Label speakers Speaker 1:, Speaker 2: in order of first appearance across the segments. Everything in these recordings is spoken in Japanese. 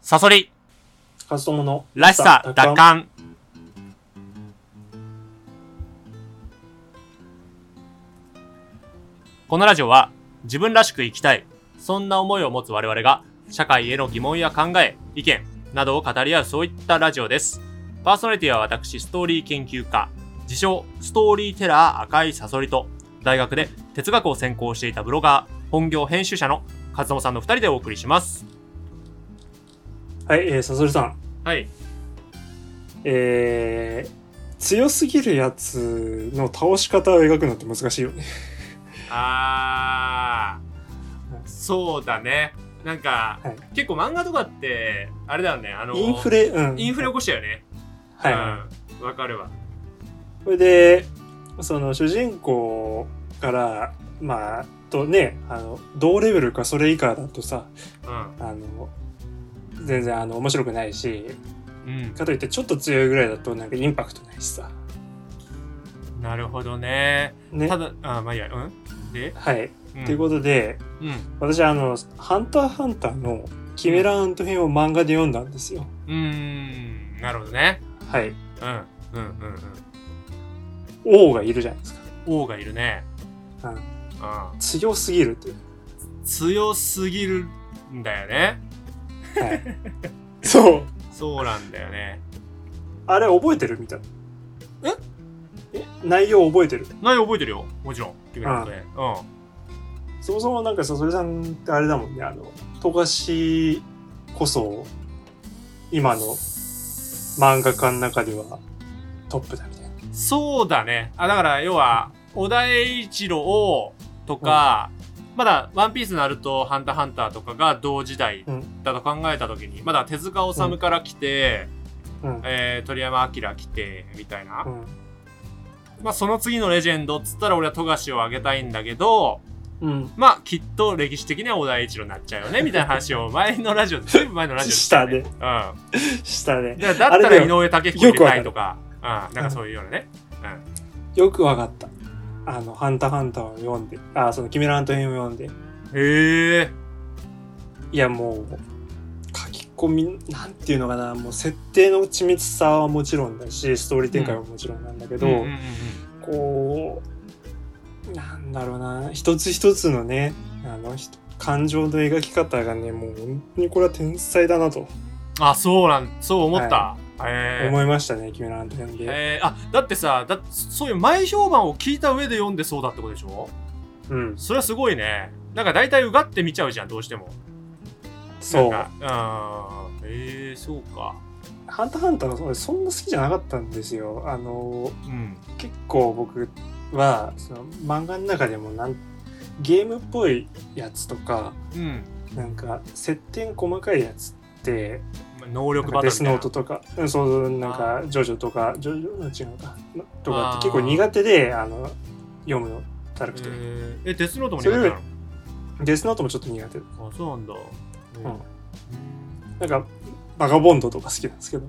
Speaker 1: サソリ、
Speaker 2: カストモの
Speaker 1: らしさ、奪
Speaker 2: か
Speaker 1: 還。このラジオは、自分らしく生きたい、そんな思いを持つ我々が、社会への疑問や考え、意見などを語り合うそういったラジオです。パーソナリティは私、ストーリー研究家、自称、ストーリーテラー赤いサソリと、大学で哲学を専攻していたブロガー、本業編集者の和友さんの2人でお送りします。
Speaker 2: はい、えー、サソリさん。
Speaker 1: はい。
Speaker 2: えー、強すぎるやつの倒し方を描くのって難しいよね。
Speaker 1: あーそうだねなんか、
Speaker 2: はい
Speaker 1: 結構漫画とかってあれだよねあの
Speaker 2: インフレ、うん。
Speaker 1: インフレ起こしたよね
Speaker 2: はい。
Speaker 1: うんわかるわ
Speaker 2: それで、その主人公から、まあ、とね、あの、同レベルかそれ以下だとさ、
Speaker 1: うん
Speaker 2: あの、全然あの面白くないし、
Speaker 1: うん
Speaker 2: かといってちょっと強いぐらいだとなんかインパクトないしさ。
Speaker 1: なるほどね
Speaker 2: ね。
Speaker 1: た
Speaker 2: はい。
Speaker 1: だあまあいいやうんで、うん、
Speaker 2: ということで、
Speaker 1: うん
Speaker 2: 私あの、ハンターハンターのキメラアント編を漫画で読んだんですよ。
Speaker 1: うーんなるほどね
Speaker 2: はい。
Speaker 1: うんうんうんうん
Speaker 2: 王がいるじゃないですか。
Speaker 1: 王がいるね
Speaker 2: うん
Speaker 1: うん
Speaker 2: 強すぎるっていう。
Speaker 1: 強すぎるんだよね
Speaker 2: はい。そう。
Speaker 1: そうなんだよね
Speaker 2: あれ覚えてるみたいな。
Speaker 1: え
Speaker 2: え内容覚えてる
Speaker 1: 内容覚えてるよもちろん君のことでうん
Speaker 2: そもそもなんかさ、それさんってあれだもんね、あの、富樫こそ、今の漫画家の中ではトップだみたいな。
Speaker 1: そうだね。あ、だから、要は、小田栄一郎とか、まだ、ワンピースナルト、ハンターハンターとかが同時代だと考えたときに、まだ手塚治虫から来て、
Speaker 2: うん。
Speaker 1: えー鳥山明来て、みたいな。
Speaker 2: うん。
Speaker 1: まあ、その次のレジェンドっつったら、俺は富樫をあげたいんだけど、
Speaker 2: うん。
Speaker 1: まあ、きっと歴史的には小田栄一郎になっちゃ うよね、みたいな話を、前のラジオで、全部前のラジオで
Speaker 2: した
Speaker 1: ね。う
Speaker 2: ね
Speaker 1: ん。。だか
Speaker 2: したね。
Speaker 1: ら、だ
Speaker 2: あ
Speaker 1: った
Speaker 2: れ
Speaker 1: ら
Speaker 2: だ
Speaker 1: 井
Speaker 2: よ
Speaker 1: 上武彦入れたいとか、うん。なんかそういうようなね。
Speaker 2: よくわかった。あの、ハンターハンターを読んで、あ、その、キメラアント編を読んで。
Speaker 1: へえ。
Speaker 2: いや、もう、書き込み、なんていうのかな、もう、設定の緻密さはもちろんだし、ストーリー展開はもちろんなんだけど、
Speaker 1: うんうんうんうん
Speaker 2: こうなんだろうな一つ一つのねあのひ感情の描き方がねもう本当にこれは天才だなと
Speaker 1: あそうなんそう思った、へえ
Speaker 2: 思いましたね、キメラアント編で、
Speaker 1: へえあだってさだそういう前評判を聞いた上で読んでそうだってことでしょ
Speaker 2: うん
Speaker 1: それはすごいねなんか大体うがって見ちゃうじゃんどうしても
Speaker 2: そう
Speaker 1: なんかうんへえそうか
Speaker 2: 「ハンターハンター」の俺そんな好きじゃなかったんですよあの
Speaker 1: うん
Speaker 2: 結構僕はその漫画の中でもなんゲームっぽいやつとか
Speaker 1: うん
Speaker 2: なんか接点細かいやつって
Speaker 1: ま能
Speaker 2: な
Speaker 1: 力
Speaker 2: ん
Speaker 1: バトル
Speaker 2: かデ
Speaker 1: み
Speaker 2: ス
Speaker 1: たい
Speaker 2: ノ
Speaker 1: な
Speaker 2: ートとか、うんそうそう、なん
Speaker 1: あ
Speaker 2: か、ジョジョとか、ジョジョの違うか、なとか
Speaker 1: あー
Speaker 2: って結構苦手で、あの、読むの、だるくて。
Speaker 1: へええデスノートも苦手な
Speaker 2: それ
Speaker 1: の
Speaker 2: よデスノートもちょっと苦手。
Speaker 1: あそうなんだうん
Speaker 2: うんなんか、バガボンドとか好きなんですけど、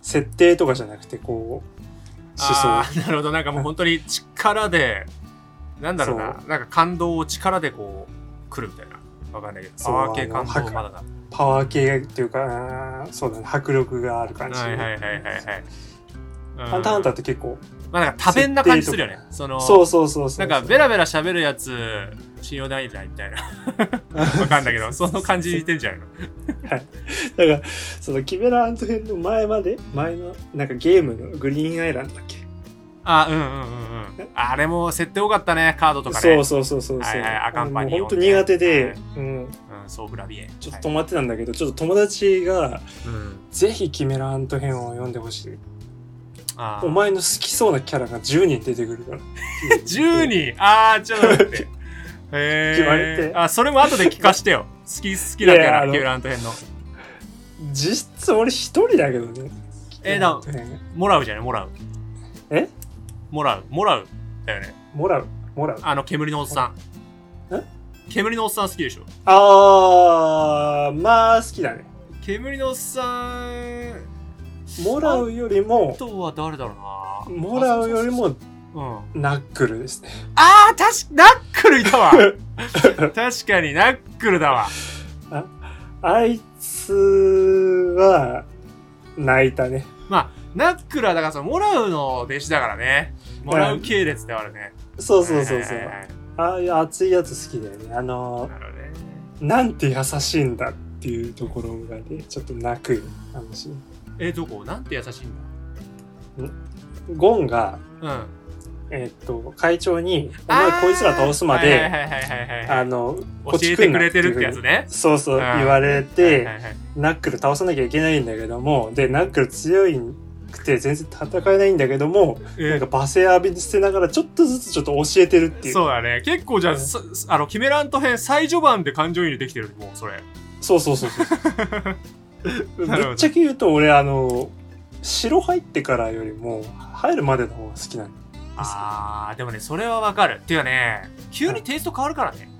Speaker 2: 設定とかじゃなくて、こう、思
Speaker 1: あ
Speaker 2: 想。
Speaker 1: ーな るほどなんかもう本当に力でなんだろうな
Speaker 2: そ
Speaker 1: なんか感動を力でこう来るみたいなわかんないけど
Speaker 2: そう
Speaker 1: パワー系
Speaker 2: あの
Speaker 1: 感動まだだ
Speaker 2: パワー系っていうか、あーそうだね、迫力がある感じ。
Speaker 1: はいはいはいはいはい。
Speaker 2: ハンターハンタ
Speaker 1: ー
Speaker 2: ーって結構、
Speaker 1: まあなんか多弁な感じするよね。その
Speaker 2: そうそうそうそう。
Speaker 1: なんかベラベラ喋るやつ信用ないなみたい な
Speaker 2: わ
Speaker 1: わかんないけどその感じ似てんじ ゃないの。
Speaker 2: だからそのキメラアント編の前まで前のなんかゲームのグリーンアイランドだっけ
Speaker 1: あうんうんうんうん。あれも設定多かったねカードとかね。
Speaker 2: そうそうそうそうそう、
Speaker 1: はいはいアカンパニオンね
Speaker 2: 本当苦手で、
Speaker 1: はい
Speaker 2: うん、
Speaker 1: うんソーブラビエ。
Speaker 2: ちょっと止まってたんだけど、ちょっと友達が
Speaker 1: はいうん
Speaker 2: 「ぜひキメラアント編を読んでほしい
Speaker 1: あー
Speaker 2: お前の好きそうなキャラが10人出てくる から」
Speaker 1: 10人ああちょっと待 って。へ
Speaker 2: 言われ
Speaker 1: え。
Speaker 2: て
Speaker 1: あそれも後で聞かしてよ。好き好きなキ
Speaker 2: いやいや
Speaker 1: ャ
Speaker 2: あ
Speaker 1: ラ
Speaker 2: の
Speaker 1: キューラント編の
Speaker 2: 実質俺一人だけどね
Speaker 1: えーだ
Speaker 2: キメラアント編
Speaker 1: もらうじゃないもらう。
Speaker 2: え
Speaker 1: もらうもらうだよね。
Speaker 2: もらうもらう
Speaker 1: あの煙のおっさん。
Speaker 2: え
Speaker 1: 煙のおっさん好きでしょ
Speaker 2: あーまあ好きだね
Speaker 1: 煙のおっさん
Speaker 2: もらうよりも
Speaker 1: とは誰だろうな
Speaker 2: もらうよりも
Speaker 1: うん
Speaker 2: ナックルですね
Speaker 1: ああ 確かナックルいたわ確かにナックルだわ
Speaker 2: あいつは、泣いたね。
Speaker 1: まあ、ナックルはだからその、モラウの弟子だからね。モラウ系列ではあるね。
Speaker 2: そうそうそうそ
Speaker 1: はいは
Speaker 2: う。
Speaker 1: い
Speaker 2: ああいう熱いやつ好きだよね。あの
Speaker 1: はい、なるほどね。
Speaker 2: なんて優しいんだっていうところがね、ちょっと泣く話。
Speaker 1: え、どこなんて優しいん
Speaker 2: ゴンが、
Speaker 1: だ。うん。
Speaker 2: えっと、会長に、お前こいつら倒すま
Speaker 1: あー
Speaker 2: で、
Speaker 1: はいはいはいはいはい
Speaker 2: あの、
Speaker 1: 教えてくれてるってやつね。
Speaker 2: そうそう
Speaker 1: うん
Speaker 2: 言われ
Speaker 1: はい
Speaker 2: て、
Speaker 1: はいはい
Speaker 2: ナックル倒さなきゃいけないんだけども、で、ナックル強いくて全然戦えないんだけども、なんか罵声浴びせながらちょっとずつちょっと教えてるっていう。
Speaker 1: そうだね。結構じゃあ、
Speaker 2: うん
Speaker 1: さあの、キメラント編最序盤で感情移入できてる、もうそれ。
Speaker 2: そうそうそうそ う
Speaker 1: なるほど
Speaker 2: ぶっちゃけ言うと俺あの城入ってからよりも入るまでの方が好きなの
Speaker 1: あー、でもね、それはわかる。っていうかね、急にテイスト変わるからね。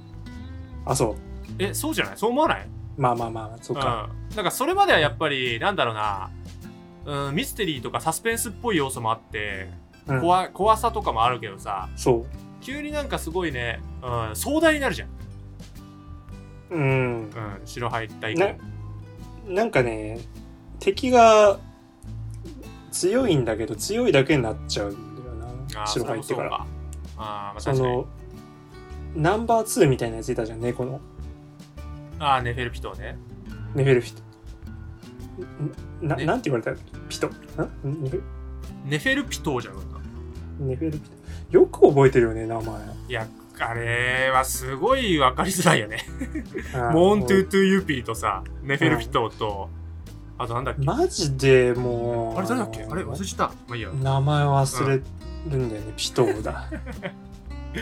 Speaker 2: あそう
Speaker 1: え、そうじゃないそう思わない
Speaker 2: まあまあまあそうか、
Speaker 1: うん。なんかそれまではやっぱり、なんだろうな、うん、ミステリーとかサスペンスっぽい要素もあって、
Speaker 2: うん
Speaker 1: 怖怖さとかもあるけどさ、
Speaker 2: そ
Speaker 1: 急になんかすごいね、うん、壮大になるじゃん。
Speaker 2: ううん
Speaker 1: うん、城入った以降。
Speaker 2: ねなんかね敵が強いんだけど強いだけになっちゃうんだよ
Speaker 1: あー
Speaker 2: な城入ってから
Speaker 1: それもそうかあー、まあ
Speaker 2: そ
Speaker 1: 確かに。
Speaker 2: のナンバー2みたいなやついたじゃん猫の
Speaker 1: あー、ネフェルピトーね。
Speaker 2: ネフェルフィトんな
Speaker 1: ね
Speaker 2: なんて言われたっけピトんネフェ
Speaker 1: ネフェルピトーじゃん、なんか。
Speaker 2: ネフェルピトよく覚えてるよね名前
Speaker 1: いや、あれはすごい分かりづらい よね。
Speaker 2: あー
Speaker 1: モーントゥ
Speaker 2: も
Speaker 1: ートゥーユーピーとさ、ネフェルピトーと、あとなんだっ
Speaker 2: う
Speaker 1: け
Speaker 2: マジでもう。
Speaker 1: あれ誰だっけあれ忘
Speaker 2: 名
Speaker 1: れちゃった。まあいいや。
Speaker 2: 前忘れるんだよね、ピト ーだ。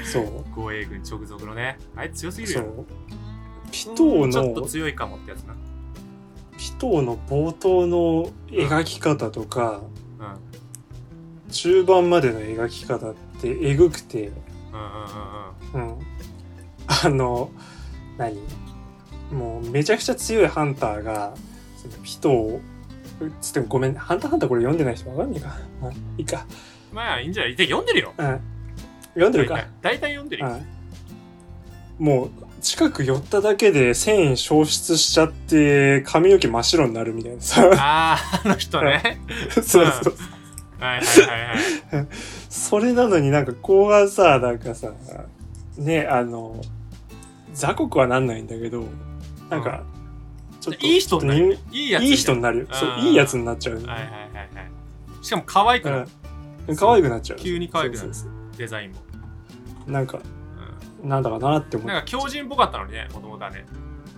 Speaker 2: そう。
Speaker 1: 護衛軍直属のね。あいつ強すぎる
Speaker 2: そ
Speaker 1: よ。
Speaker 2: う。ピト
Speaker 1: う
Speaker 2: ー
Speaker 1: んちょっと
Speaker 2: の、
Speaker 1: 強いかもってやつな。
Speaker 2: ピトーの冒頭の描き方とか、
Speaker 1: うん。うん
Speaker 2: 中盤までの描き方ってえぐくて、
Speaker 1: うんうんうん。
Speaker 2: うん。あの、何もうめちゃくちゃ強いハンターが、そのピトーを、つってもごめん、ハンターハンターこれ読んでない人わかんないか。うんいいか。
Speaker 1: まあいいんじゃないで読んでるよ。
Speaker 2: うん。読んでるか。
Speaker 1: 大体読んでるよ。
Speaker 2: うん、もう近く寄っただけで繊維消失しちゃって髪の毛真っ白になるみたいなさ
Speaker 1: ああ、あの人ね。
Speaker 2: そうそう
Speaker 1: はいはいはいはい。
Speaker 2: それなのになんかこうはさなんかさねあの雑魚はなんないんだけどなんかちょっと
Speaker 1: いい人になる
Speaker 2: ちょっと。
Speaker 1: いいやつ。
Speaker 2: 人いい人になるよ
Speaker 1: うん
Speaker 2: そういいやつになっちゃう、
Speaker 1: はいはいはいはい。しかも可愛くなる。
Speaker 2: うん可愛くなっちゃう
Speaker 1: 急に可愛くなる
Speaker 2: そうそうそ
Speaker 1: デザインも。
Speaker 2: うなんか
Speaker 1: う
Speaker 2: なんだかなって思
Speaker 1: ん。
Speaker 2: っ
Speaker 1: なんか強人っぽかったのにね、もともとはね。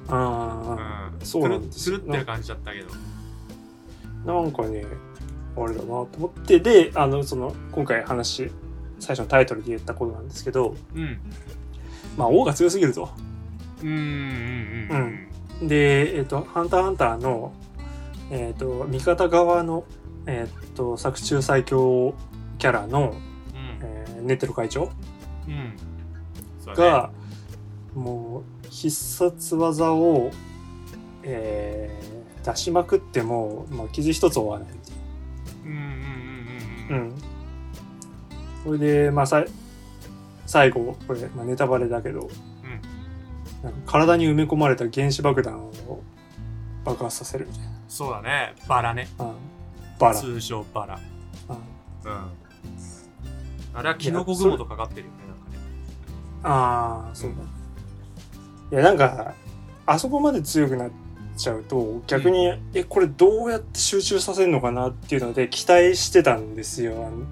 Speaker 2: ああ
Speaker 1: うん
Speaker 2: そうなんです
Speaker 1: つる
Speaker 2: よ
Speaker 1: つるってる感じだったけど。
Speaker 2: なんかね、あれだなと思って、で、あの、その、今回話、最初のタイトルで言ったことなんですけど、
Speaker 1: うん。
Speaker 2: まあ、王が強すぎると。
Speaker 1: うんうんうんうん。
Speaker 2: で、えっ、と、ハンターハンターの、えっ、と、味方側の、えっ、と、作中最強キャラの、
Speaker 1: うん。
Speaker 2: えーネテロ会長
Speaker 1: うん。そうだね
Speaker 2: が、もう、必殺技を、えー出しまくっても、まあ、傷一つ負わないっていう
Speaker 1: うんうんう
Speaker 2: う
Speaker 1: んうんうん。
Speaker 2: ん。それで、まあ、さい最後、これ、まあ、ネタバレだけど、なんか体に埋め込まれた原子爆弾を爆発させるみたい
Speaker 1: そうだね。バラね。
Speaker 2: な。うん、バラ。
Speaker 1: 通称バラ。
Speaker 2: うん
Speaker 1: うん。あれはキノコ雲とかかってるよね、なんかね。
Speaker 2: ああ、そうだ、ねいや、なんか、あそこまで強くなっちゃうと、逆に、
Speaker 1: うん
Speaker 2: え、これどうやって集中させるのかなっていうので、期待してたんですよ。あの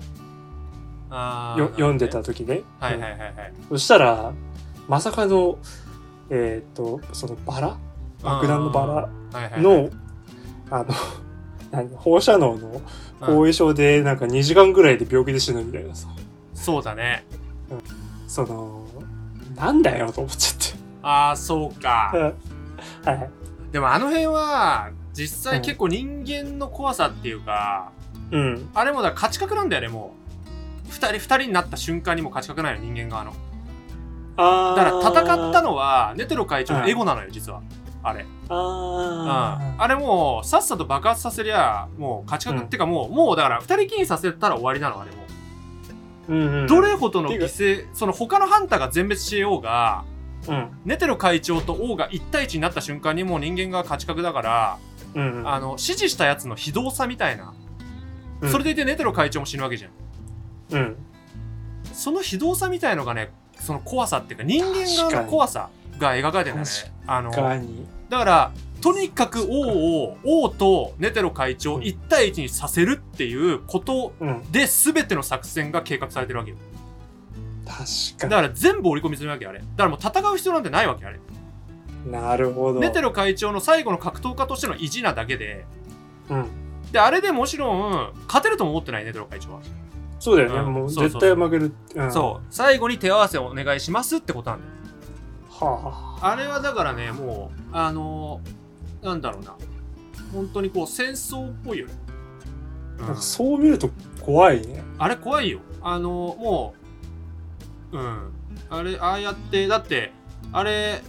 Speaker 1: あ
Speaker 2: よ読んで
Speaker 1: は
Speaker 2: た時で。
Speaker 1: いはいはいはい。
Speaker 2: そしたら、まさかの、えっ、と、そのバラ爆弾のバラ
Speaker 1: ラ
Speaker 2: の、あの、 何放射能の後遺症で、なんか2時間ぐらいで病気で死ぬみたいなさ、
Speaker 1: そうだね。
Speaker 2: その、なんだよと思っち
Speaker 1: ああ、そう
Speaker 2: ゃ
Speaker 1: か
Speaker 2: って。。 はい。
Speaker 1: でもあの辺は、実際結構人間の怖さっていうか、
Speaker 2: うん。
Speaker 1: あれもだから勝ち確なんだよね、もう。二人、二人になった瞬間にもう勝ち確なのよ、人間側の。
Speaker 2: あ
Speaker 1: だ
Speaker 2: ー
Speaker 1: から戦った、のは、ネテロ会長のエゴなのよ、実は。あれ。うん。
Speaker 2: あー
Speaker 1: あれもう、さっさと爆発させりゃ、もう勝ち確、
Speaker 2: うん
Speaker 1: ってかもう、もうだから二人きりにさせたら終わりなの、あれも。
Speaker 2: うんうん
Speaker 1: どれほどの
Speaker 2: て
Speaker 1: 犠
Speaker 2: か
Speaker 1: 牲、その他のハンターが全滅しようが、
Speaker 2: うん。
Speaker 1: ネテロ会長と王が一対一になった瞬間にもう人間が勝ち確だから、
Speaker 2: うんうん。
Speaker 1: あの、指示したやつの非道さみたいな。
Speaker 2: うん
Speaker 1: それでいてネテロ会長も死ぬわけじゃん。
Speaker 2: うん。
Speaker 1: その非道さみたいのがね、その怖さっていうか、人間
Speaker 2: 確か
Speaker 1: 側の
Speaker 2: に
Speaker 1: 怖さが描かれてるんだね
Speaker 2: 確。
Speaker 1: あの、
Speaker 2: ガーニ
Speaker 1: だから、とにかく王を、王とネテロ会長を一対一にさせるっていうこと
Speaker 2: ー。うん。
Speaker 1: で、全ての作戦が計画されてるわけよ。
Speaker 2: 確
Speaker 1: だ
Speaker 2: か
Speaker 1: から全部織り込みするわけよあれ。だからもう戦う必要なんてないわけよあれ。
Speaker 2: に。なるほど。
Speaker 1: ネテロ会長の最後の格闘家としての意地なだけで、
Speaker 2: うん。
Speaker 1: で、あれでもちろん、勝てるとも思ってないネテロ会長は。
Speaker 2: そうだよね。
Speaker 1: うん
Speaker 2: もう
Speaker 1: そうそ
Speaker 2: 絶
Speaker 1: う
Speaker 2: 対負ける。うん
Speaker 1: そう。最後に手合わせをお願いしますってことなんだよ。
Speaker 2: は
Speaker 1: あれはだからね、もう、あのーなんだろうな。本当にこう、戦争っぽいよね。う
Speaker 2: あ。
Speaker 1: ん
Speaker 2: なんか そう見ると怖いね。
Speaker 1: あれ怖いよ。あの、もう、うん。あれ、ああやって、だって、あれ、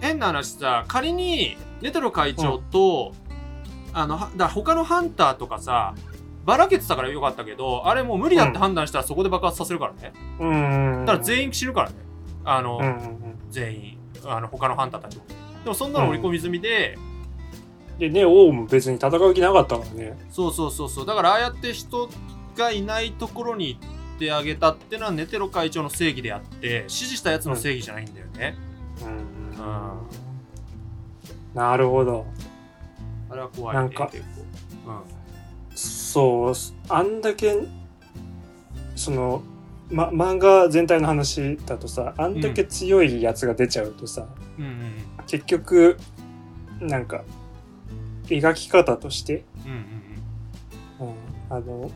Speaker 1: 変な話さ、仮に、ネトロ会長と、あの、はだ他のハンターとかさ、ばらけてたからよかったけど、あれもう無理だって判断したらそこで爆発させるからね。
Speaker 2: うん。
Speaker 1: だから全員死ぬからね。あの、
Speaker 2: うんうんうん。
Speaker 1: 全員。あの、他のハンターたちも。でもそんなの織り込み済みで、
Speaker 2: でね、王も別に戦う気なかったからね。
Speaker 1: そうそうそうそうだからああやって人がいないところに行ってあげたってのはネテロ会長の正義であって指示したやつの正義じゃないんだよね、
Speaker 2: うん
Speaker 1: あ
Speaker 2: なるほど。
Speaker 1: あれは怖い、ね、
Speaker 2: なんか
Speaker 1: 結構、
Speaker 2: そう、あんだけ、その、ま、漫画全体の話だとさ、あんだけ強いやつが出ちゃうとさ、
Speaker 1: うん、うんうん
Speaker 2: 結局、なんか、描き方として、
Speaker 1: うんうんうん
Speaker 2: うん、あの、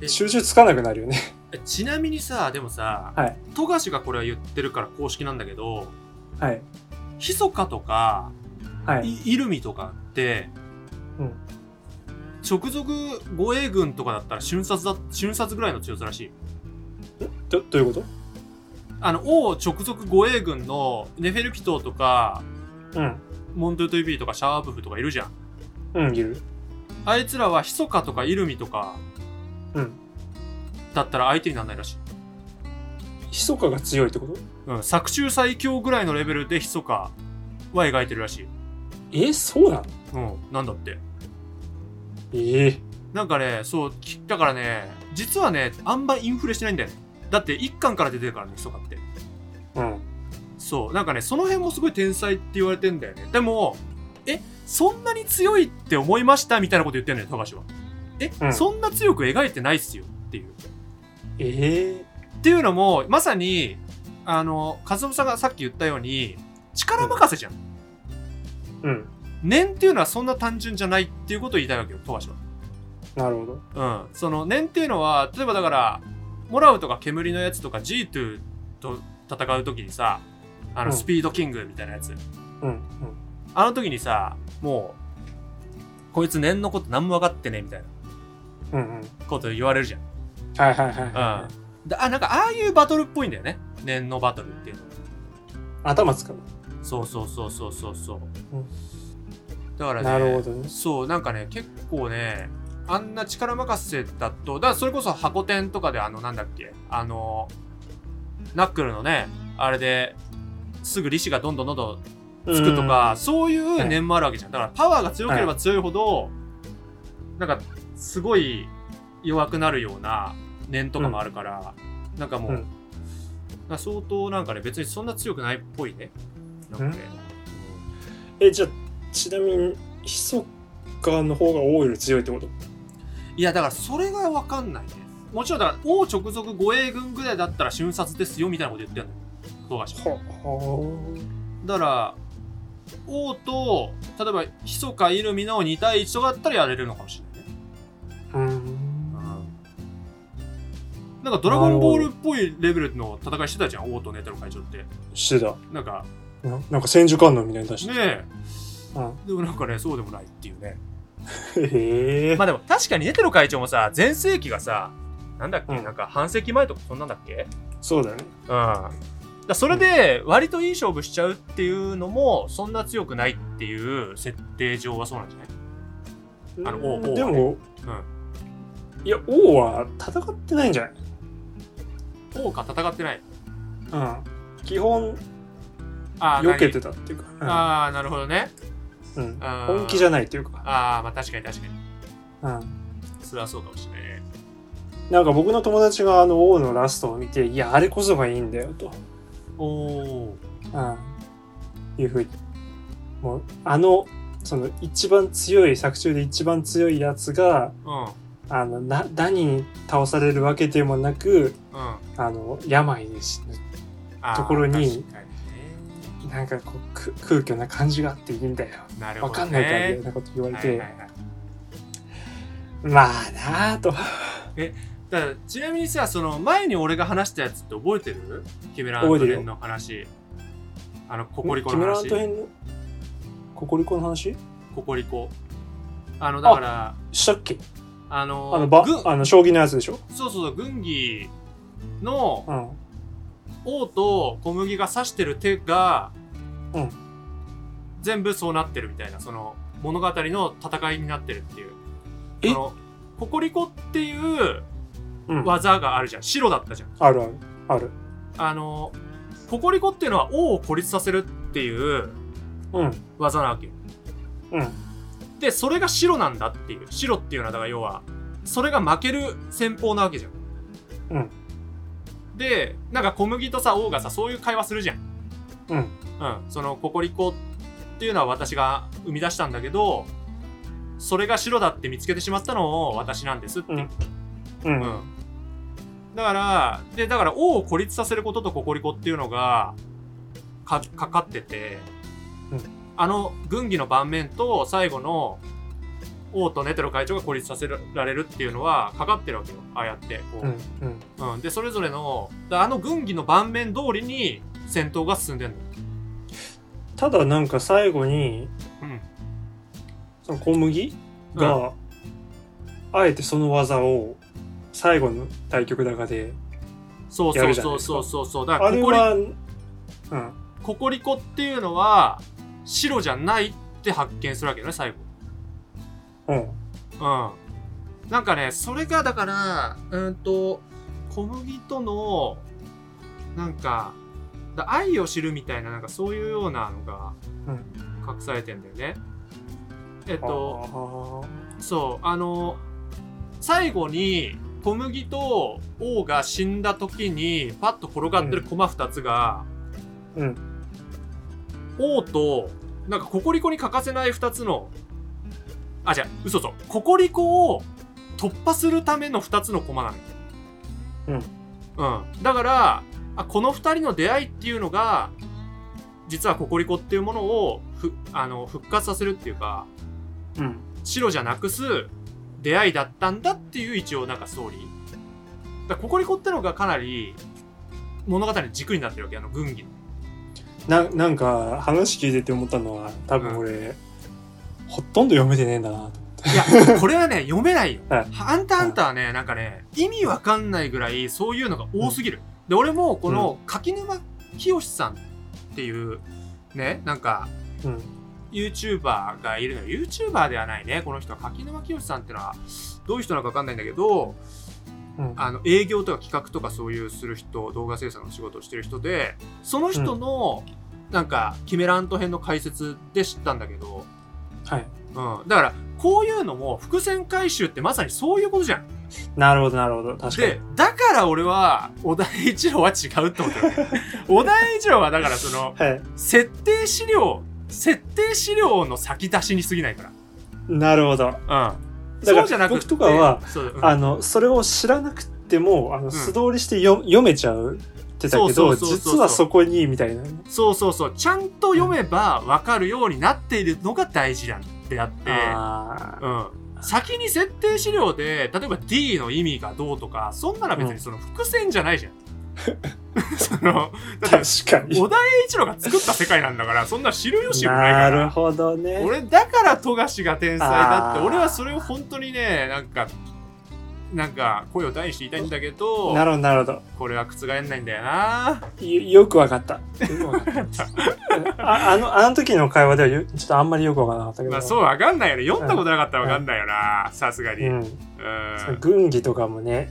Speaker 1: え
Speaker 2: 収集つかなくなるよね。
Speaker 1: えちなみにさでもさ
Speaker 2: はい。
Speaker 1: 富樫がこれは言ってるから公式なんだけど
Speaker 2: はい。
Speaker 1: ヒソカとか
Speaker 2: はい。
Speaker 1: イイルミとかって、
Speaker 2: うん
Speaker 1: 直属護衛軍とかだったら瞬殺だ瞬殺ぐらいの強さらしいよ
Speaker 2: ど、どういうこ
Speaker 1: あの王直属護衛軍のネフェルキトーとか
Speaker 2: とうん。
Speaker 1: モントゥトゥイビーとかシャーブフとかいるじゃん。
Speaker 2: うん、いる。
Speaker 1: あいつらはヒソカとかイルミとか
Speaker 2: うん。
Speaker 1: だったら相手にならないらしい。
Speaker 2: ひそかが強いってこと
Speaker 1: うん、作中最強ぐらいのレベルでヒソカは描いてるらしい。
Speaker 2: え、そうなの
Speaker 1: うん、なんだって。
Speaker 2: ええ
Speaker 1: なんかね、そう、きだからね、実はね、あんまインフレしてないんだよね。だって一巻から出てるからね、ヒソカって。
Speaker 2: うん。
Speaker 1: そう、なんかね、その辺もすごい天才って言われてんだよね。でも、え、そんなに強いって思いましたみたいなこと言ってんのよ、富樫は。え、
Speaker 2: うん
Speaker 1: そんな強く描いてないっすよっていう。
Speaker 2: ええ
Speaker 1: っていうのもまさにあの和夫さんがさっき言ったように力任せじゃん、
Speaker 2: うん。
Speaker 1: 念っていうのはそんな単純じゃないっていうことを言いたいわけよ富樫
Speaker 2: なるほど。
Speaker 1: は。うん、その念っていうのは例えばだからモラウとか煙のやつとか G2 と戦う時にさあの
Speaker 2: うん
Speaker 1: スピードキングみたいなやつ、
Speaker 2: うん。うん。
Speaker 1: あの時にさもうこいつ念のこと何も分かってねみたいな
Speaker 2: うん。うん。
Speaker 1: こと言われるじゃん。
Speaker 2: はいはいはいは
Speaker 1: うん、だあなんかああいうバトルっぽいんだよね念のバトルっていうのは。
Speaker 2: い。頭使う。
Speaker 1: そうそうそうそうそうそう、
Speaker 2: うん
Speaker 1: だからね
Speaker 2: なるほどね。
Speaker 1: そうなんかね結構ねあんな力任せだとだからそれこそ箱店とかであのなんだっけあのナックルのねあれですぐ利子がどんどんどんどんつくとかそういう念もあるわけじゃんだからパワーが強ければ強いほど、なんかすごい弱くなるような念とかもあるから、なんかもう、
Speaker 2: うん
Speaker 1: なんか相当なんかね別にそんな強くないっぽいねなんかね、
Speaker 2: うん。え、じゃあ、ちなみに、ひそかの方が王より強いってこと
Speaker 1: いやだからそれが分かんないねもちろんだから王直属護衛軍ぐらいだったら瞬殺ですよみたいなこと言ってんの富樫は
Speaker 2: は、は
Speaker 1: だから王と例えば密かイルミの2対1とかだったらやれるのかもしれないね
Speaker 2: あ。うん。
Speaker 1: なんかドラゴンボールっぽいレベルの戦いしてたじゃん王とネテロ会長って
Speaker 2: してた。
Speaker 1: なんか
Speaker 2: ななんか千手観音みたいに出して
Speaker 1: ね
Speaker 2: た。
Speaker 1: え
Speaker 2: うん。
Speaker 1: でもなんかねそうでもないっていうね
Speaker 2: へえ。
Speaker 1: まあでも確かにネテロ会長もさ全盛期がさなんだっけ、
Speaker 2: うん
Speaker 1: なんか半世紀前とかそんなんだっけ
Speaker 2: そうだね。
Speaker 1: うん、だからそれで割といい勝負しちゃうっていうのもそんな強くないっていう設定上はそうなんじゃないあの王
Speaker 2: うん
Speaker 1: 王はね
Speaker 2: でも、いや、王は戦ってないんじゃない
Speaker 1: 王か戦ってない
Speaker 2: うん。基本、
Speaker 1: あー
Speaker 2: 避けてたっていう
Speaker 1: 何
Speaker 2: か、
Speaker 1: あーなるほどね
Speaker 2: うんうん
Speaker 1: あー
Speaker 2: 本気じゃないっていうか、
Speaker 1: ああまあ確かに確かに
Speaker 2: うん、
Speaker 1: それはそうかもしれないね
Speaker 2: なんか僕の友達があの王のラストを見ていやあれこそがいいんだよと、
Speaker 1: おお
Speaker 2: うん、いうふうにもうあのその一番強い作中で一番強いやつが
Speaker 1: うん
Speaker 2: あのな何に倒されるわけでもなく
Speaker 1: うんあ
Speaker 2: あの病で死ぬ
Speaker 1: ー
Speaker 2: ところに
Speaker 1: 確かにね
Speaker 2: なんかこうく空虚な感じがあっていいんだよ
Speaker 1: なるほ
Speaker 2: わ
Speaker 1: ど、ね。
Speaker 2: かんないからみたいなこと言われて、
Speaker 1: はいはいはい
Speaker 2: まあなあと
Speaker 1: だからちなみにさ、その前に俺が話したやつって覚えてるキメラアントレンの話。あの、ココリコ
Speaker 2: キメ
Speaker 1: の
Speaker 2: ラアン
Speaker 1: 話
Speaker 2: ト。編のココリコの話
Speaker 1: ココリコ。あの、だから、
Speaker 2: したっけ
Speaker 1: あの、
Speaker 2: あのば
Speaker 1: 軍
Speaker 2: あの将棋のやつでしょ、
Speaker 1: そうそうそう、軍議の
Speaker 2: うん、
Speaker 1: 王と小麦が刺してる手が、
Speaker 2: うん
Speaker 1: 全部そうなってるみたいな、その物語の戦いになってるっていう。
Speaker 2: え
Speaker 1: その、ココリコっていう
Speaker 2: うん、あ
Speaker 1: 技があるじゃん。白だったじゃん。
Speaker 2: るあるある
Speaker 1: あの、ココリコっていうのは王を孤立させるっていう
Speaker 2: うん
Speaker 1: 技なわけよ。
Speaker 2: うん
Speaker 1: で、それが白なんだっていう。白っていうのは、だから要は、それが負ける戦法なわけじゃん。
Speaker 2: うん。
Speaker 1: で、なんか小麦とさ、王がさ、そういう会話するじゃん。
Speaker 2: うん
Speaker 1: うん。その、ココリコっていうのは私が生み出したんだけど、それが白だって見つけてしまったのを私なんですっていう。
Speaker 2: うん
Speaker 1: う
Speaker 2: うん
Speaker 1: ん。だから、で、だから王を孤立させることとココリコっていうのが、か、かかってて、
Speaker 2: うん
Speaker 1: あの、軍議の盤面と最後の、王とネテロ会長が孤立させられるっていうのは、かかってるわけよ。ああやって。こう
Speaker 2: うんうん
Speaker 1: うん。で、それぞれの、だあの軍議の盤面通りに戦闘が進んでるの。
Speaker 2: ただなんか最後に
Speaker 1: うん。
Speaker 2: その小麦が、
Speaker 1: う
Speaker 2: あえてその技を最後の対局の中で
Speaker 1: そう
Speaker 2: や
Speaker 1: そう
Speaker 2: るじゃな
Speaker 1: そう
Speaker 2: いですか
Speaker 1: そうそうそう。だか
Speaker 2: あ
Speaker 1: ら
Speaker 2: れ
Speaker 1: ココリ、
Speaker 2: はうん
Speaker 1: ココリコっていうのは、白じゃないって発見するわけよね、最後。
Speaker 2: うん
Speaker 1: うん。なんかね、それがだから、うんと、小麦との、なんか、だ愛を知るみたいな、なんかそういうようなのが
Speaker 2: うん
Speaker 1: 隠されてんだよね。えっと、
Speaker 2: と
Speaker 1: そう、あの、最後に、小麦と王が死んだ時に、パッと転がってる駒二つが、
Speaker 2: うん
Speaker 1: 王と、なんかココリコに欠かせない二つの、あ、じゃ嘘そう。ココリコを突破するための二つの駒なのよ。うん。うん。だから、あこの二人の出会いっていうのが、実はココリコっていうものをふあの復活させるっていうか、
Speaker 2: うん
Speaker 1: 白じゃなくす出会いだったんだっていう一応なんかストーリー。だからココリコってのがかなり物語の軸になってるわけ、あの軍議の。
Speaker 2: ななんか話聞いてて思ったのは多分俺、ほとんど読めてねえんだなと
Speaker 1: いや、これはね、読めないよ。
Speaker 2: はい
Speaker 1: ハンターハンターはね、なんかね、意味わかんないぐらい、そういうのが多すぎる。で、俺も、この、柿沼清さんっていう、ね、なんか、
Speaker 2: うん
Speaker 1: YouTuber がいるのよ。YouTuber ではないね、この人は。柿沼清さんってのは、どういう人なのかわかんないんだけど、
Speaker 2: うん
Speaker 1: あの、営業とか企画とかそういうする人、動画制作の仕事をしてる人で、その人の、なんか、キメラント編の解説で知ったんだけど、
Speaker 2: はい
Speaker 1: うん、だからこういうのも伏線回収ってまさにそういうことじゃん。
Speaker 2: なるほどなるほど確かに
Speaker 1: でだから俺は小田栄一郎は違うって思ってるわ け小田栄一郎はだからその
Speaker 2: はい
Speaker 1: 設定資料設定資料の先出しに過ぎないか
Speaker 2: なるほど
Speaker 1: ら。うん、
Speaker 2: だ
Speaker 1: そう
Speaker 2: か
Speaker 1: じゃな
Speaker 2: ら
Speaker 1: くて
Speaker 2: 僕とかは、
Speaker 1: そううん
Speaker 2: あのそれを知らなくてもあの素通りしてよ、読めちゃうってたけ
Speaker 1: そう
Speaker 2: ど
Speaker 1: そうそうそう
Speaker 2: 実はそこにみたいなね
Speaker 1: そうそうそうちゃんと読めば分かるようになっているのが大事なんであって。
Speaker 2: あー
Speaker 1: うん、先に設定資料で例えば D の意味がどうとかそんなら別にその伏線じゃないじゃ ん。そのだって
Speaker 2: 確か
Speaker 1: 小田栄一郎が作った世界なんだからそんな知るよし
Speaker 2: に
Speaker 1: もないか
Speaker 2: なる
Speaker 1: ら
Speaker 2: ほどね
Speaker 1: 俺だから富樫が天才だって
Speaker 2: あー
Speaker 1: 俺はそれを本当にねなんかなんか声を大にして言いたいんだけど
Speaker 2: なるほどなるほど
Speaker 1: これは覆んないんだよな
Speaker 2: よよくわかったよくわかった ああのあの時の会話ではよちょっとあんまりよくわからなかったけど、
Speaker 1: まあそうわかんないよね読んだことなかったらわかんないよなさすがに
Speaker 2: う
Speaker 1: うん
Speaker 2: ん、そう軍技とかもね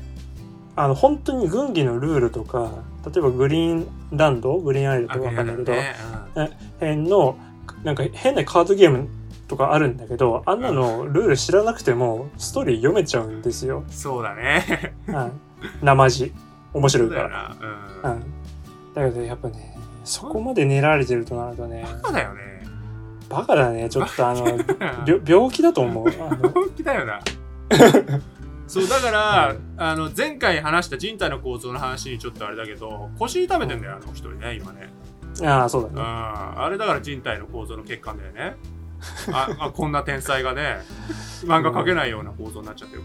Speaker 2: あの本当に軍技のルールとか例えばグリーンランドグリーンアイル
Speaker 1: あ
Speaker 2: とかわかんないけど、
Speaker 1: ねうん
Speaker 2: 辺の、なんか変なカードゲームとかあるんだけど、あんなのルール知らなくてもストーリー読めちゃうんですよ。
Speaker 1: そうだね。
Speaker 2: うん。生地。面白
Speaker 1: そ
Speaker 2: いうか
Speaker 1: だよ
Speaker 2: ら。
Speaker 1: な。うん。
Speaker 2: うん。だけどやっぱね、そこまで練られてるとなるとね、
Speaker 1: そうだよね。
Speaker 2: バカ だね。ちょっとあの、
Speaker 1: 病
Speaker 2: 病病気だ と思う。あの
Speaker 1: 気だよ な。そうだから、あの前回話した人体の構造の話にちょっとあれだけど腰痛めてんだよあの一人ね今ね
Speaker 2: ああ、そう
Speaker 1: う
Speaker 2: だね。
Speaker 1: んあれだから人体の構造の欠陥だよ ねああこんな天才がね漫画描けないような構造になっちゃってる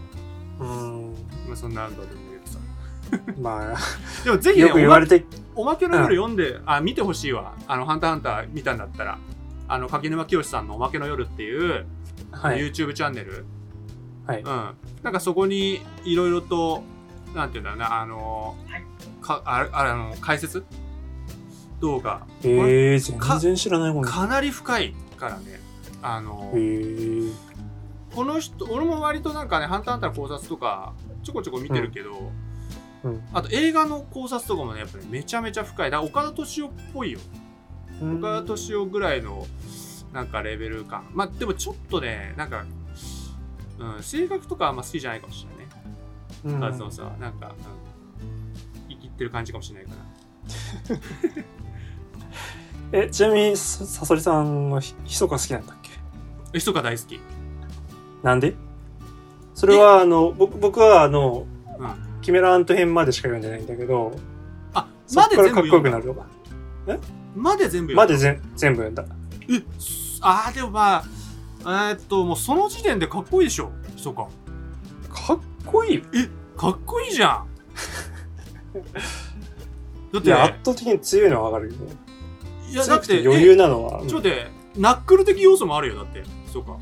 Speaker 2: うん。
Speaker 1: まあ、そんなあるんだと思うけどさ
Speaker 2: ま あ、
Speaker 1: でもぜひ、ね、
Speaker 2: よく言われて、
Speaker 1: おまけの夜読んで、あ、見てほしいわ。あの、ハンターハンター見たんだったら。あの、柿沼清さんのおまけの夜っていう、
Speaker 2: はい。
Speaker 1: YouTube チャンネル。
Speaker 2: はい
Speaker 1: うん。なんかそこに、いろいろと、なんていうんだろうな、あの、かあれ、あれあの、解説動画。
Speaker 2: ええ
Speaker 1: か
Speaker 2: 全然知らないもんね。
Speaker 1: かなり深いからね。あの、
Speaker 2: えー、
Speaker 1: この人、俺も割となんかね、ハンターハンター考察とか、ちょこちょこ見てるけど、
Speaker 2: うんうん
Speaker 1: あと映画の考察とかもね、やっぱりめちゃめちゃ深い。だから岡田敏夫っぽいよ。岡田敏夫ぐらいのなんかレベル感まあでもちょっとねなんか、うん、性格とかあんま好きじゃないかもしれないね
Speaker 2: うん
Speaker 1: 岡田斗司はなんか、うん、生きってる感じかもしれないから
Speaker 2: え、ちなみに、ささそりさんはひ、ひそか好きなんだっけ
Speaker 1: えひそか大好き
Speaker 2: なんでそれは、あの、僕、僕は、あの、
Speaker 1: うん
Speaker 2: キメラアント編までしか読んでないんだけど、
Speaker 1: あ
Speaker 2: そ
Speaker 1: ま
Speaker 2: っ
Speaker 1: で
Speaker 2: か
Speaker 1: 全
Speaker 2: らか
Speaker 1: 部
Speaker 2: っこよく
Speaker 1: 読ん
Speaker 2: な
Speaker 1: だ
Speaker 2: るよ。
Speaker 1: まで全部読んだ
Speaker 2: までぜん全部読んだ。
Speaker 1: えすあーでもまあえーっともうその時点でかっこいいでしょひそか
Speaker 2: かっこいい
Speaker 1: かっこいいじ ゃんだっ
Speaker 2: い
Speaker 1: て
Speaker 2: や、圧倒的に強いのはわかるけど。
Speaker 1: いやだ
Speaker 2: 強
Speaker 1: っ
Speaker 2: くて
Speaker 1: て
Speaker 2: 余裕なのは。うん
Speaker 1: ちょっと待ってナックル的要素もあるよだってそうか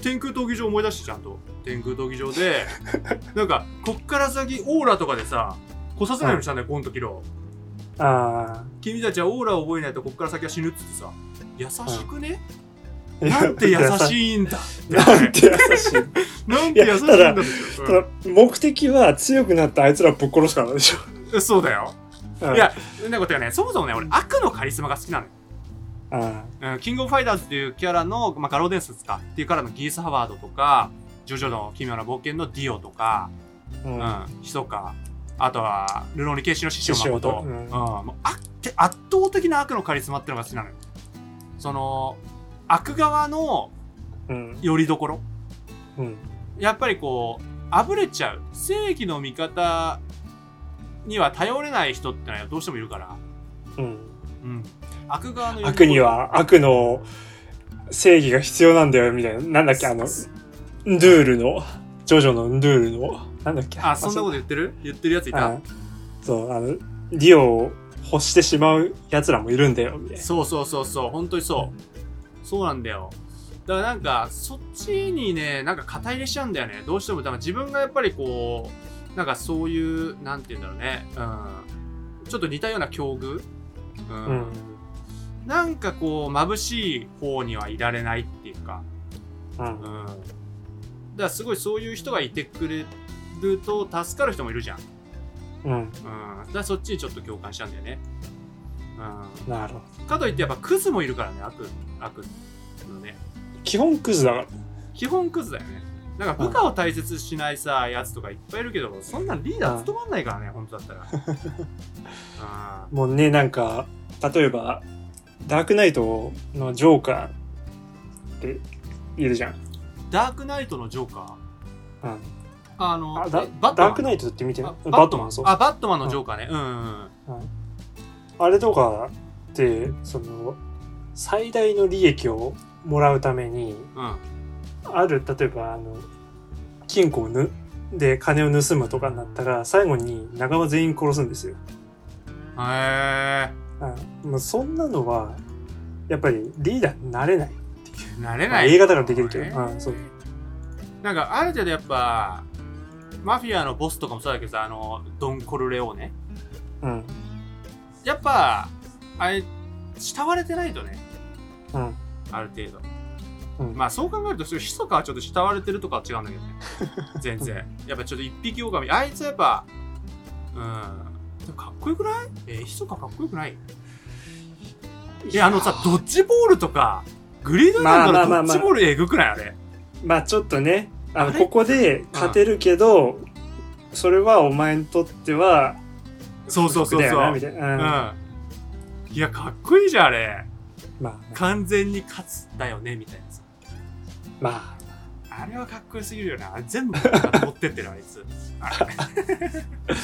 Speaker 1: 天空闘技場思い出してちゃんと天空闘技場 でなんかこっから先オーラとかでさ来させないようにしたんだよ、今度キロ
Speaker 2: あ
Speaker 1: 君たちはオーラを覚えないとこっから先は死ぬっつってさ優しくね、
Speaker 2: あ。
Speaker 1: なんて優
Speaker 2: い。
Speaker 1: しいんだって
Speaker 2: なんて優しい。
Speaker 1: なんて優しいんだって
Speaker 2: ただ目的は強くなったあいつらぶっ殺すからでしょ。
Speaker 1: うんそうだよ
Speaker 2: うん
Speaker 1: いやなんかてかねそもそもね俺悪のカリスマが好きなのよ
Speaker 2: あ
Speaker 1: うんキングオブファイターズっていうキャラの、まあ、ガローデンスですかっていうキャラのギース・ハワードとか、ジョジョの奇妙な冒険のディオとか、
Speaker 2: あ、うん
Speaker 1: うん、ヒソカ、あとは、ルローニケイシの師匠
Speaker 2: 師匠
Speaker 1: 誠
Speaker 2: と、
Speaker 1: う
Speaker 2: うんん
Speaker 1: もうあって圧倒的な悪のカリスマってのが好きなのよ。その、悪側の
Speaker 2: うん。
Speaker 1: 拠り所。
Speaker 2: うん。
Speaker 1: やっぱりこう、あぶれちゃう。正義の味方には頼れない人ってのはどうしてもいるから、
Speaker 2: うん。
Speaker 1: うん。悪側の拠り所
Speaker 2: 悪には悪の正義が必要なんだよみたいな。なんだっけ、あの、ンドゥールの、ジョジョのンドゥールの、なんだっけ。
Speaker 1: あ、そんなこと言ってる言ってるやついた、
Speaker 2: あそう、あの、ディオを欲してしまう奴らもいるんだよ、みたいな。
Speaker 1: そうそうそうそう本当にそうそうなんだよだからなんかそっちにねなんか肩入れしちゃうんだよねどうしてもだから自分がやっぱりこうなんかそういうなんて言うんだろうね、うん、ちょっと似たような境遇、うん
Speaker 2: うん。
Speaker 1: なんかこう眩しい方にはいられないっていうか、
Speaker 2: う
Speaker 1: うん、
Speaker 2: ん
Speaker 1: だ。からすごいそういう人がいてくれると助かる人もいるじゃん、うん、
Speaker 2: うん。
Speaker 1: だからそっちにちょっと共感しちゃうんだよね、うん、
Speaker 2: なるほど。
Speaker 1: かといってやっぱクズもいるからね悪悪のね
Speaker 2: 基本クズだから。
Speaker 1: 基本クズだよねなんか部下を大切にしないさやつとかいっぱいいるけどそんなんリーダー務まんないからね本当だ ったらあ
Speaker 2: もうね、なんか、例えば、ダークナイトのジョーカーっているじゃん。
Speaker 1: ーダークナイトのジョーカ
Speaker 2: うん。
Speaker 1: ーあの
Speaker 2: あだ
Speaker 1: えバットマン
Speaker 2: ダークナイトって見てない
Speaker 1: あ
Speaker 2: バットマンそう
Speaker 1: あバットマンのジョーカーねうんうん
Speaker 2: あれとかってその最大の利益をもらうために
Speaker 1: うんうん
Speaker 2: ある例えばあの金庫をぬで金を盗むとかになったら最後に仲間全員殺すんですよ。
Speaker 1: へえ
Speaker 2: うん、もうそんなのはやっぱりリーダーになれない。
Speaker 1: 慣れ
Speaker 2: まあ
Speaker 1: ない
Speaker 2: 映画だからできるけど、
Speaker 1: ね
Speaker 2: うん、そう
Speaker 1: なんかある程度やっぱマフィアのボスとかもそうだけどさあのドン・コルレオーネ
Speaker 2: うん
Speaker 1: やっぱあれ慕われてないとね
Speaker 2: うん
Speaker 1: ある程度、
Speaker 2: うん
Speaker 1: まあそう考えるとひそかはちょっと慕われてるとかは違うんだけどね 全然やっぱちょっと一匹狼あいつはやっぱうんでもかっこよくないえーひそかかっこよくないえ、あのさ、ドッジボールとか、グリードなん
Speaker 2: ま
Speaker 1: か
Speaker 2: あまあまあ
Speaker 1: の
Speaker 2: ま
Speaker 1: ドッ
Speaker 2: あ
Speaker 1: ジボールえぐくないあれ。
Speaker 2: まあちょっとね、あの、
Speaker 1: あれ
Speaker 2: ここで勝てるけど、それはお前にとっては、
Speaker 1: そうそうそう
Speaker 2: だ
Speaker 1: そ
Speaker 2: よな、み
Speaker 1: う。
Speaker 2: たいうな。うん。
Speaker 1: ん。いや、かっこいいじゃん、あれ。
Speaker 2: まあ、
Speaker 1: 完全に勝つだよね、みたいなさ。
Speaker 2: ま
Speaker 1: あれはかっこよすぎるよね。あれ全部持ってってる、あいつ。あれ
Speaker 2: あ、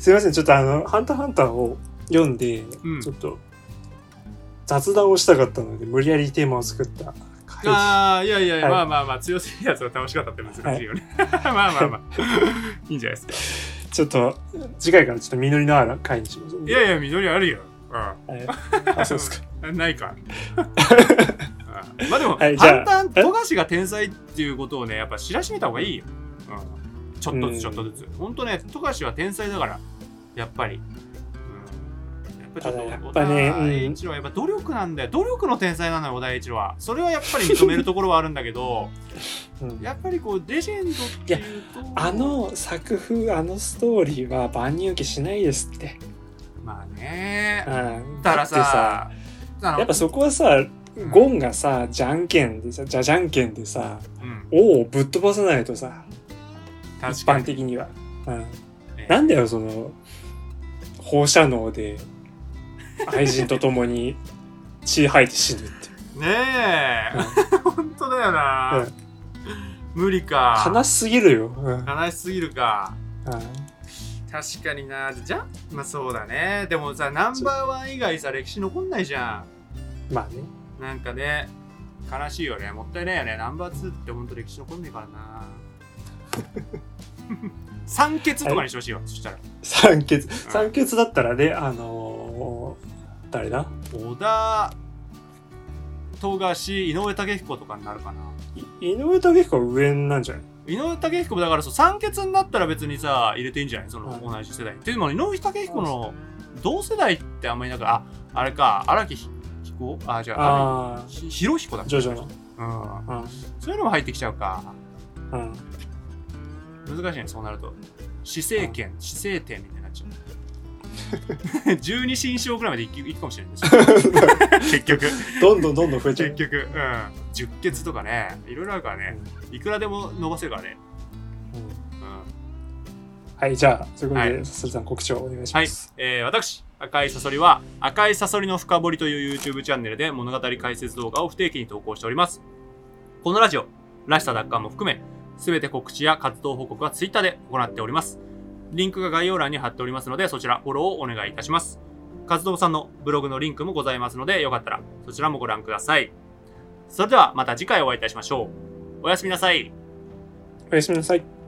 Speaker 2: すいません、ちょっとあの、ハンターハンターを読んで、
Speaker 1: うん
Speaker 2: ちょっと、雑談をしたかったので、無理やりテーマを作った回
Speaker 1: ああ、いやいやいや、
Speaker 2: はい
Speaker 1: まあまあまあ、強すぎるやつは楽しかったって難しいよね。 まあまあまあ。いいんじゃないですか。
Speaker 2: ちょっと、次回からちょっと実りのある回にします。
Speaker 1: いやいや、緑あるよ。うん。
Speaker 2: はいあ、そうですか。
Speaker 1: ないか。うんまあでも、
Speaker 2: はいじゃあ
Speaker 1: 簡単、
Speaker 2: え
Speaker 1: 富樫が天才っていうことをね、やっぱ知らしめた方がいいよ。うん、ちょっとず
Speaker 2: うん
Speaker 1: つちょっとずつ。ほんとね、富樫は天才だから、やっぱり。うんやっぱちょっと
Speaker 2: ただやっ
Speaker 1: 小
Speaker 2: ぱ
Speaker 1: 田
Speaker 2: ね
Speaker 1: 栄一郎はやっぱ努力なんだよ。努力の天才なのよ、小田栄一郎は。それはやっぱり認めるところはあるんだけ ど、
Speaker 2: うん
Speaker 1: やっぱりこう、レジェンドっていうと。
Speaker 2: あ、の作風、あのストーリーは万人受けしないですって。
Speaker 1: まあね
Speaker 2: う。ん。
Speaker 1: だから
Speaker 2: だって
Speaker 1: さ、あの
Speaker 2: やっぱそこはさ、ゴンがさ、じゃんけんでさ、じゃじゃんけんでさ、
Speaker 1: うん、
Speaker 2: 王をぶっ飛ばさないとさ、
Speaker 1: 確
Speaker 2: 一
Speaker 1: か
Speaker 2: 般
Speaker 1: に。
Speaker 2: 的には。うん。
Speaker 1: ね
Speaker 2: なんだよ、その、放射能で、愛人と共に血吐いて死ぬって。
Speaker 1: ねえ、本当だよな、
Speaker 2: うん
Speaker 1: 無理か
Speaker 2: 悲しすぎるよ。うん。うん
Speaker 1: 悲しすぎるか確かになじゃまあそうだねでもさナンバーワン以外さ歴史残んないじゃ
Speaker 2: まあね。
Speaker 1: んなんかね悲しいよねもったいないよねナンバーツーってほんと歴史残んねえから な酸欠とかにしてほしいわ、そしたら
Speaker 2: 酸欠。酸欠だったらね、あのー誰だ
Speaker 1: 小田東樫井上武彦とかになるかない
Speaker 2: 井上武彦は上なんじゃない
Speaker 1: 井上武彦もだからそう酸欠になったら別にさ入れていいんじゃないその、
Speaker 2: う
Speaker 1: 同じ世代っていうのも井上武彦の同世代ってあんまりなんかああれか荒木ひ彦あじゃああ
Speaker 2: あ
Speaker 1: ひ広彦だ
Speaker 2: あ、
Speaker 1: っ
Speaker 2: ジ
Speaker 1: け
Speaker 2: ョジョの。
Speaker 1: うん
Speaker 2: うん。
Speaker 1: そういうのも入ってきちゃうか
Speaker 2: うん。
Speaker 1: 難しいねそうなると死生権死生点みたいになっちゃう 十二神将くらいまでいくいくかもしれ ないです結局
Speaker 2: どんどんどんどん増えちゃ
Speaker 1: 結
Speaker 2: う。
Speaker 1: 局うん十血とかねいろいろあるからねいくらでも伸ばせるからね
Speaker 2: うん
Speaker 1: うん
Speaker 2: はい、じゃあ、ということ
Speaker 1: は
Speaker 2: で、それさん告知をお願いします。
Speaker 1: えー私、赤いサソリは、赤いサソリの深掘りという YouTube チャンネルで物語解説動画を不定期に投稿しております。このラジオ、らしさ奪還も含め、すべて告知や活動報告は Twitter で行っております。リンクが概要欄に貼っておりますので、そちらフォローをお願いいたします。活動さんのブログのリンクもございますので、よかったらそちらもご覧ください。それではまた次回お会いいたしましょう。おやすみなさい。
Speaker 2: おやすみなさい。